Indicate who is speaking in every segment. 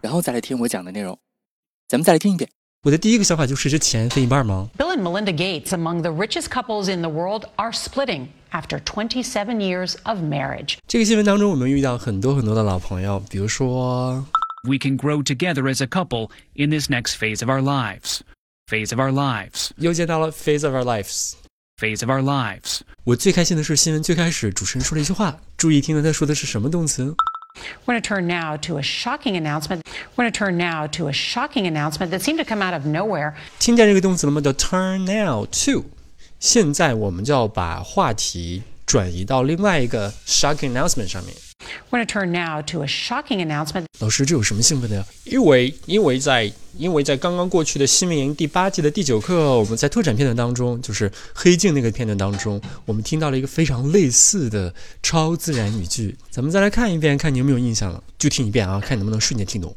Speaker 1: 然后再来听我讲的内容。咱们再来听一遍。
Speaker 2: 我的第一个想法就是这钱分一半吗？
Speaker 3: Bill and Melinda Gates, among the richest couples in the world, are splitting after 27 years of marriage.
Speaker 2: 这个新闻当中，我们遇到很多很多的老朋友，比如说
Speaker 4: we can grow together as a couple in this next phase of our lives. Phase of our lives.
Speaker 2: 又见到了 Phase of Our Lives。
Speaker 4: Phase of our lives.
Speaker 2: 我最开心的是新闻最开始主持人说了一句话，注意听了他说的是什么动词？
Speaker 3: We're going to turn now to a shocking announcement. We're going to turn now to a shocking announcement that seemed to come out of nowhere.
Speaker 2: 听见这个动词了吗？叫 turn now to。现在我们就要把话题转移到另外一个 shocking announcement 上面。
Speaker 3: We're going to turn now to a shocking announcement.
Speaker 2: 老师，这有什么兴奋的呀？因为因为在因为在刚刚过去的《新民营》第八季的第九课，我们在特展片段当中，就是《黑镜》那个片段当中，我们听到了一个非常类似的超自然语句。咱们再来看一遍，看你有没有印象了？就听一遍啊，看能不能瞬间听懂。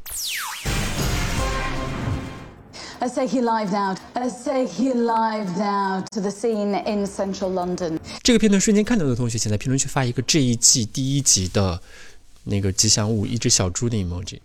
Speaker 5: Let's take you live now. Let's take you live now to the scene in central London.
Speaker 2: 这个片段瞬间看到的同学，请在评论区发一个这一季第一集的那个吉祥物一只小猪的 emoji。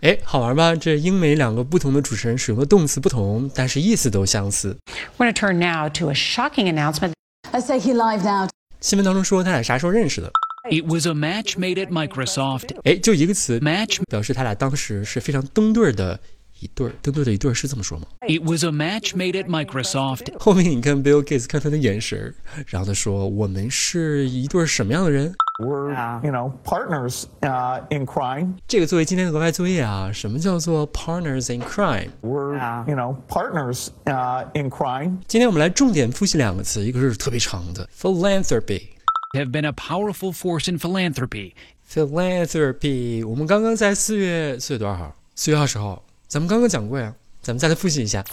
Speaker 2: 哎，好玩吧？这英美两个不同的主持人使用的动词不同，但是意思都相似。
Speaker 3: We're going to turn now to a shocking announcement.
Speaker 5: Let's take you live now.
Speaker 2: 新闻当中说他俩啥时候认识的？
Speaker 4: It was a match made at Microsoft.
Speaker 2: 哎，就一个词
Speaker 4: Match.
Speaker 2: 表示他俩当时是非常登对儿的一对儿，登对儿的一对儿是这么说吗？
Speaker 4: It was a match made at Microsoft.
Speaker 2: 后面你看 Bill Gates 看他的眼神儿，然后他说：“我们是一对儿什么样的人
Speaker 6: We're, you know, partners uh, in crime.？”
Speaker 2: 这个作为今天的额外作业啊，什么叫做 partners in crime？
Speaker 6: We're, you know, partners uh, in crime.
Speaker 2: 今天我们来重点复习两个词，一个是特别长的 philanthropy。
Speaker 4: Have been a powerful force in philanthropy.
Speaker 2: philanthropy，我们刚刚在四月四月多少号？四月二十号，咱们刚刚讲过呀，咱们再来复习一下。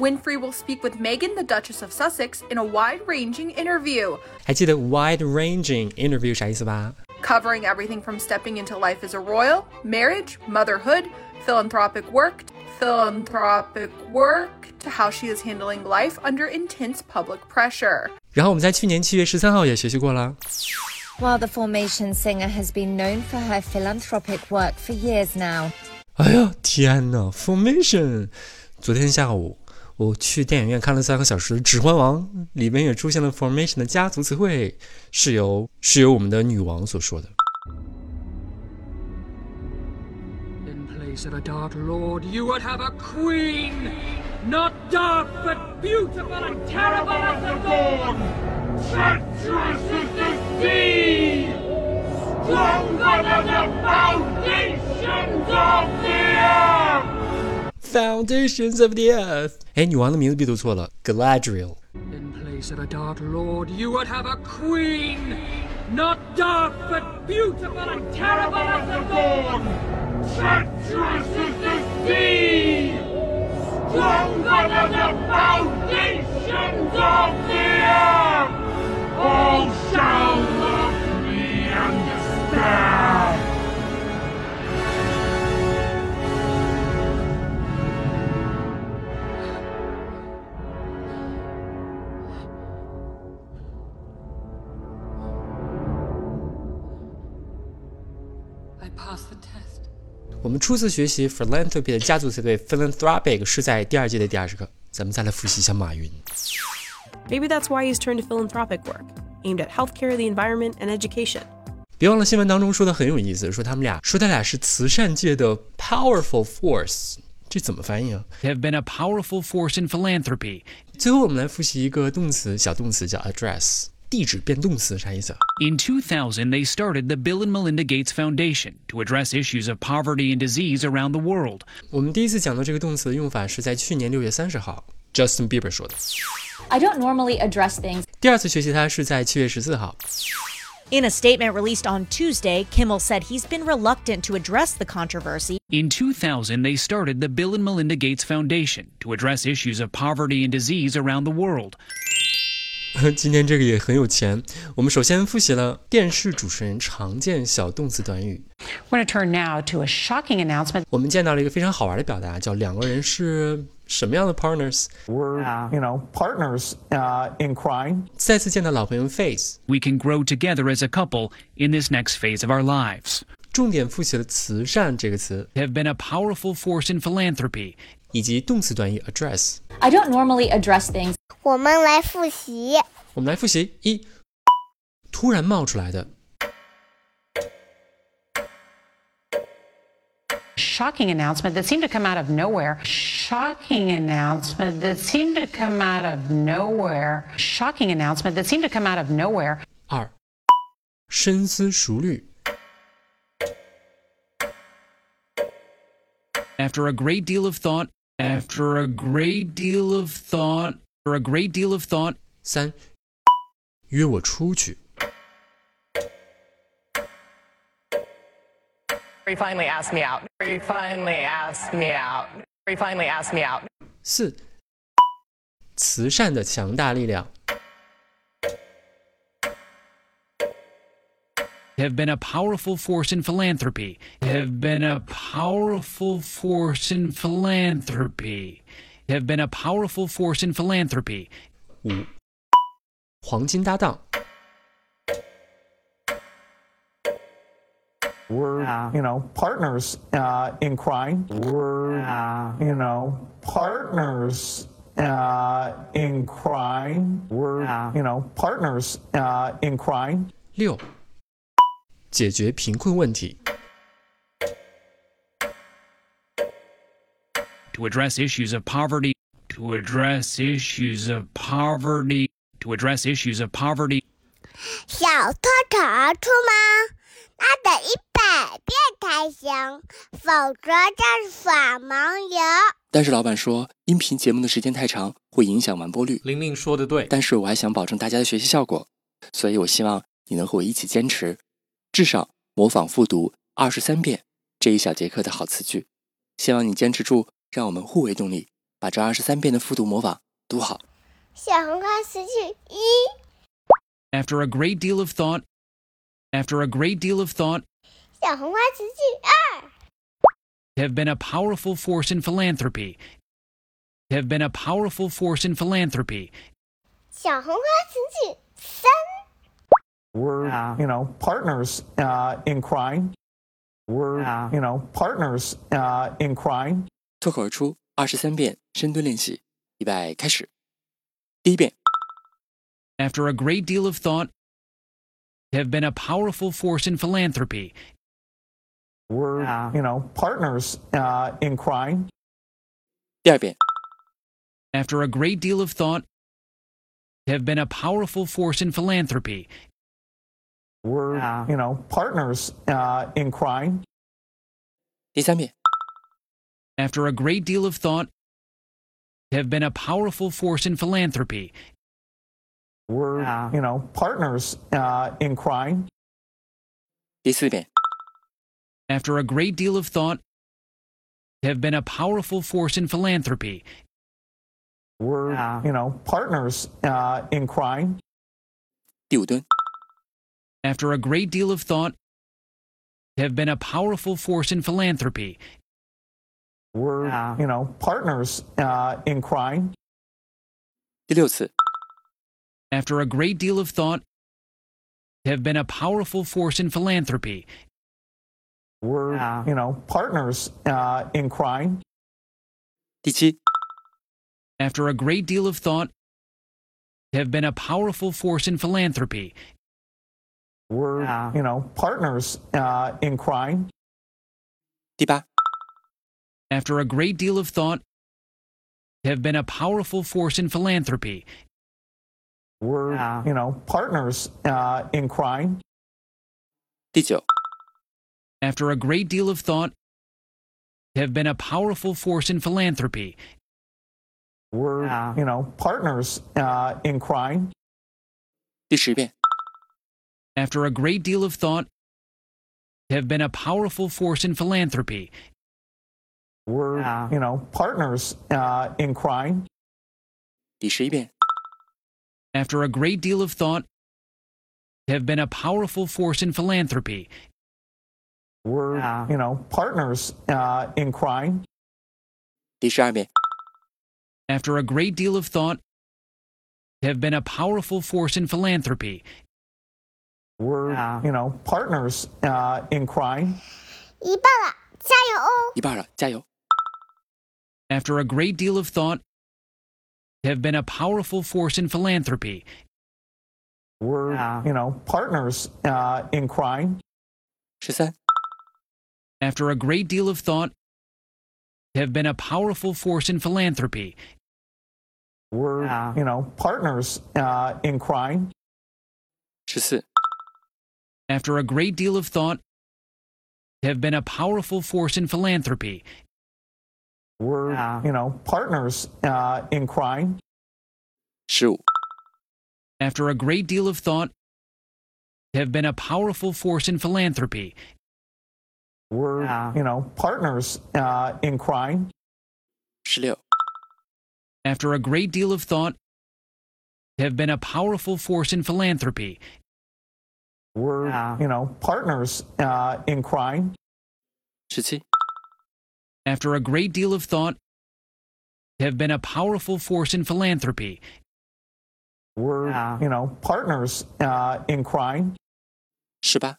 Speaker 7: Winfrey will speak with Meghan, the Duchess of Sussex, in a wide ranging interview,
Speaker 2: 还记得 wide ranging interview 啥意思吧？
Speaker 7: covering everything from stepping into life as a royal, marriage, motherhood, philanthropic work, philanthropic work, to how she is handling life under intense public pressure.
Speaker 2: 然后我们在去年七月十三号也学习过啦。
Speaker 8: While the Formation singer has been known for her philanthropic work for years now,
Speaker 2: 哎呀，天呐 f o r m a t i o n 昨天下午我去电影院看了三个小时的《指环王》，里面也出现了 Formation 的家族词汇，是由是由我们的女王所说的。
Speaker 4: In place of a dark lord, you would have a queen. Not dark, but beautiful and terrible as the dawn. Treacherous as the sea. Stronger than the foundations of the earth.
Speaker 2: Foundations of the Earth。哎，女王的名字别读错了，Galadriel。
Speaker 4: In place of a dark lord, you would have a queen. Not dark, but beautiful and terrible as the dawn. Treacherous as the sea. Stronger than the foundations of the earth. All shall love me and despair.
Speaker 9: I passed the test.
Speaker 2: 我们初次学习 philanthropy 的家族词汇 philanthropic 是在第二季的第二十课。咱们再来复习一下马云。
Speaker 10: Maybe that's why he's turned to philanthropic work, aimed at healthcare, the environment, and education.
Speaker 2: 别忘了新闻当中说的很有意思，说他们俩说他俩是慈善界的 powerful force，这怎么翻译啊？
Speaker 4: Have been a powerful force in philanthropy.
Speaker 2: 最后我们来复习一个动词，小动词叫 address，地址变动词啥意思啊？
Speaker 4: In 2000, they started the Bill and Melinda Gates Foundation to address issues of poverty and disease around the world.
Speaker 2: 我们第一次讲到这个动词的用法是在去年六月三十号，Justin Bieber 说的。
Speaker 9: I don't normally address things
Speaker 2: 第二次学习它是在七月十四号。
Speaker 11: In a statement released on Tuesday, Kimmel said he's been reluctant to address the controversy.
Speaker 12: In 2000, they started the Bill and Melinda Gates Foundation to address issues of poverty and disease around the world.
Speaker 2: 今天这个也很有钱。我们首先复习了电视主持人常见小动词短语。
Speaker 3: We're going to turn now to a shocking announcement.
Speaker 2: 我们见到了一个非常好玩的表达，叫两个人是什么样的 partners？
Speaker 6: We're, you know, partners uh, in crime.
Speaker 2: 再次见到老朋友 Face。
Speaker 12: We can grow together as a couple in this next phase of our lives.
Speaker 2: 重点复习了慈善这个词
Speaker 12: have been a powerful force in philanthropy，
Speaker 2: 以及动词短语 address。
Speaker 13: I don't normally address things.
Speaker 14: 我们来复习。
Speaker 2: 我们来复习一，突然冒出来的
Speaker 3: Shocking announcement that seemed to come out of nowhere. Shocking announcement that seemed to come out of nowhere. Shocking announcement that seemed to come out of nowhere.
Speaker 2: 二，深思熟虑
Speaker 12: After a great deal of thought, after a great deal of thought, after a great deal of thought,
Speaker 2: 三，约我出去
Speaker 15: He finally asked me out. He finally asked me out. He finally asked me out.
Speaker 2: 四，慈善的强大力量
Speaker 12: have been a powerful force in philanthropy, have been a powerful force in philanthropy, have been a powerful force in philanthropy.
Speaker 2: 五，黄金搭档
Speaker 6: We're, you know, partners uh, in crime. We're, you know, partners uh, in crime. We're, you know, partners uh, in crime.
Speaker 2: 六，解决贫困问题
Speaker 12: to address issues of poverty, to address issues of poverty, to address issues of poverty.
Speaker 14: 小偷闯儿出吗？那得一百遍才行，否则就是耍盲游。
Speaker 1: 但是老板说，音频节目的时间太长，会影响完播率。
Speaker 16: 玲玲说的对，
Speaker 1: 但是我还想保证大家的学习效果，所以我希望你能和我一起坚持，至少模仿复读二十三遍这一小节课的好词句。希望你坚持住，让我们互为动力，把这二十三遍的复读模仿读好。
Speaker 14: 小红花词句一，
Speaker 12: After a great deal of thought, after a great deal of thought,
Speaker 14: 小红花词句二，
Speaker 12: have been a powerful force in philanthropy, have been a powerful force in philanthropy.
Speaker 14: 小红花词句三，
Speaker 6: We're, you know, partners uh, in crime. We're, you know, partners uh, in crime.
Speaker 1: 脱口而出二十三遍深蹲练习，预备开始。第一遍
Speaker 12: After a great deal of thought, have been a powerful force in philanthropy,
Speaker 6: We're, you know, partners uh, in crime.
Speaker 1: 第二遍，
Speaker 12: after a great deal of thought, have been a powerful force in philanthropy,
Speaker 6: We're, you know, partners uh, in crime.
Speaker 1: 第三遍，
Speaker 12: after a great deal of thought, have been a powerful force in philanthropy,
Speaker 6: We're, you know, partners uh, in crime.
Speaker 1: 第四遍，
Speaker 12: after a great deal of thought, have been a powerful force in philanthropy,
Speaker 6: We're, you know, partners uh, in crime.
Speaker 1: 第五蹲，
Speaker 12: after a great deal of thought, have been a powerful force in philanthropy,
Speaker 6: We're, you know, partners uh, in crime.
Speaker 1: 第六次，
Speaker 12: after a great deal of thought, have been a powerful force in philanthropy,
Speaker 6: We're, you know, partners uh, in crime.
Speaker 1: 第七，
Speaker 12: after a great deal of thought, have been a powerful force in philanthropy,
Speaker 6: We're, you know, partners uh, in crime.
Speaker 1: 第八，
Speaker 12: after a great deal of thought, have been a powerful force in philanthropy,
Speaker 6: We're, you know, partners uh, in crime.
Speaker 1: 第九，
Speaker 12: after a great deal of thought, have been a powerful force in philanthropy,
Speaker 6: We're, you know, partners uh, in crime.
Speaker 1: 第十遍，
Speaker 12: after a great deal of thought, have been a powerful force in philanthropy.
Speaker 6: We're, you know, partners uh, in crime.
Speaker 1: 第十一遍，
Speaker 12: After a great deal of thought, have been a powerful force in philanthropy.
Speaker 6: We're, you know, partners uh, in crime.
Speaker 1: 第十二遍，
Speaker 12: After a great deal of thought, have been a powerful force in philanthropy.
Speaker 6: We're, you know, partners uh, in crime.
Speaker 14: 一半了，加油哦！
Speaker 1: 一半了，加油！
Speaker 12: After a great deal of thought, have been a powerful force in philanthropy.
Speaker 6: We're, you know, partners uh, in crime.
Speaker 1: 十三、
Speaker 12: After a great deal of thought, have been a powerful force in philanthropy.
Speaker 6: We're, you know, partners uh, in crime.
Speaker 1: 十四、
Speaker 12: After a great deal of thought, have been a powerful force in philanthropy.
Speaker 6: We're, you know, partners uh, in crime.
Speaker 1: 十五、
Speaker 12: After a great deal of thought, have been a powerful force in philanthropy.
Speaker 6: We're, you know, partners uh, in crime.
Speaker 1: 十六、
Speaker 12: After a great deal of thought, have been a powerful force in philanthropy.
Speaker 6: We're, you know, partners uh, in crime.
Speaker 1: 十七、
Speaker 12: After a great deal of thought, have been a powerful force in philanthropy.
Speaker 6: We're, you know, partners uh, in crime.
Speaker 1: 十八、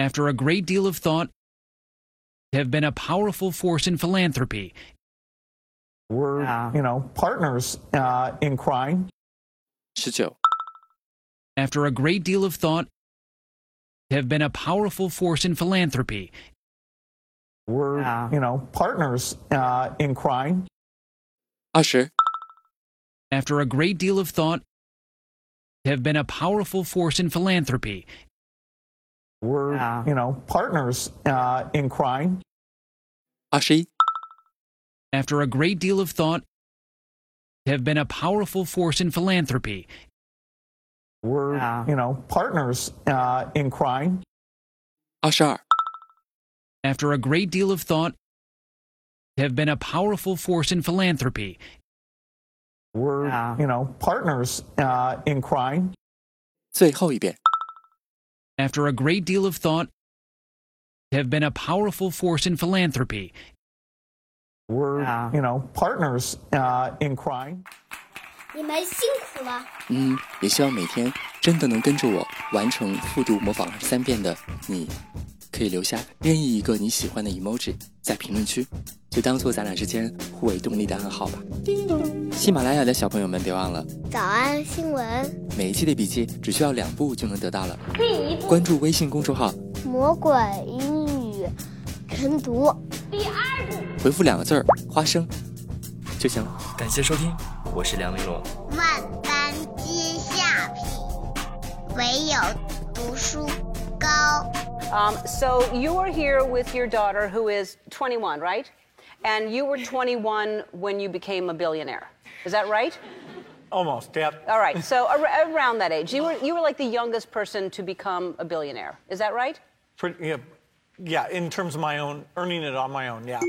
Speaker 12: After a great deal of thought, have been a powerful force in philanthropy.
Speaker 6: We're, you know, partners uh, in crime.
Speaker 1: 十九、
Speaker 12: After a great deal of thought, have been a powerful force in philanthropy.
Speaker 6: We're, you know, partners uh, in crime.
Speaker 1: 二十、
Speaker 12: After a great deal of thought, have been a powerful force in philanthropy.
Speaker 6: We're, you know, partners uh, in crime.
Speaker 1: 二十一、
Speaker 12: After a great deal of thought, have been a powerful force in philanthropy.
Speaker 6: We're, you know, partners uh, in crime.
Speaker 1: 二十二、
Speaker 12: After a great deal of thought, have been a powerful force in philanthropy.
Speaker 6: We're, you know, partners uh, in crime.
Speaker 1: 最后一遍，
Speaker 12: After a great deal of thought, have been a powerful force in philanthropy.
Speaker 6: We're, you know, partners uh, in crime.
Speaker 17: 你们辛苦了。
Speaker 1: 嗯，也希望每天真的能跟着我完成复读模仿二十三遍的你，可以留下任意一个你喜欢的 emoji 在评论区，就当做咱俩之间互为动力的暗号吧。喜马拉雅的小朋友们，别忘了
Speaker 14: 早安新闻，
Speaker 1: 每一期的笔记只需要两步就能得到了。关注微信公众号，
Speaker 14: 魔鬼英语晨读。
Speaker 1: 回复两个字儿“花生”就行了。感谢收听，我是梁丽罗。
Speaker 14: 万般皆下品，唯有读书高。
Speaker 16: Um, so you are here with your daughter, who is 21, right? And you were 21 when you became a billionaire. Is that right?
Speaker 18: Almost, yep.
Speaker 16: All right. So ar- around that age, you were you were like the youngest person to become a billionaire. Is that right?
Speaker 18: Pretty, yeah, yeah, in terms of my own, earning it on my own, yeah.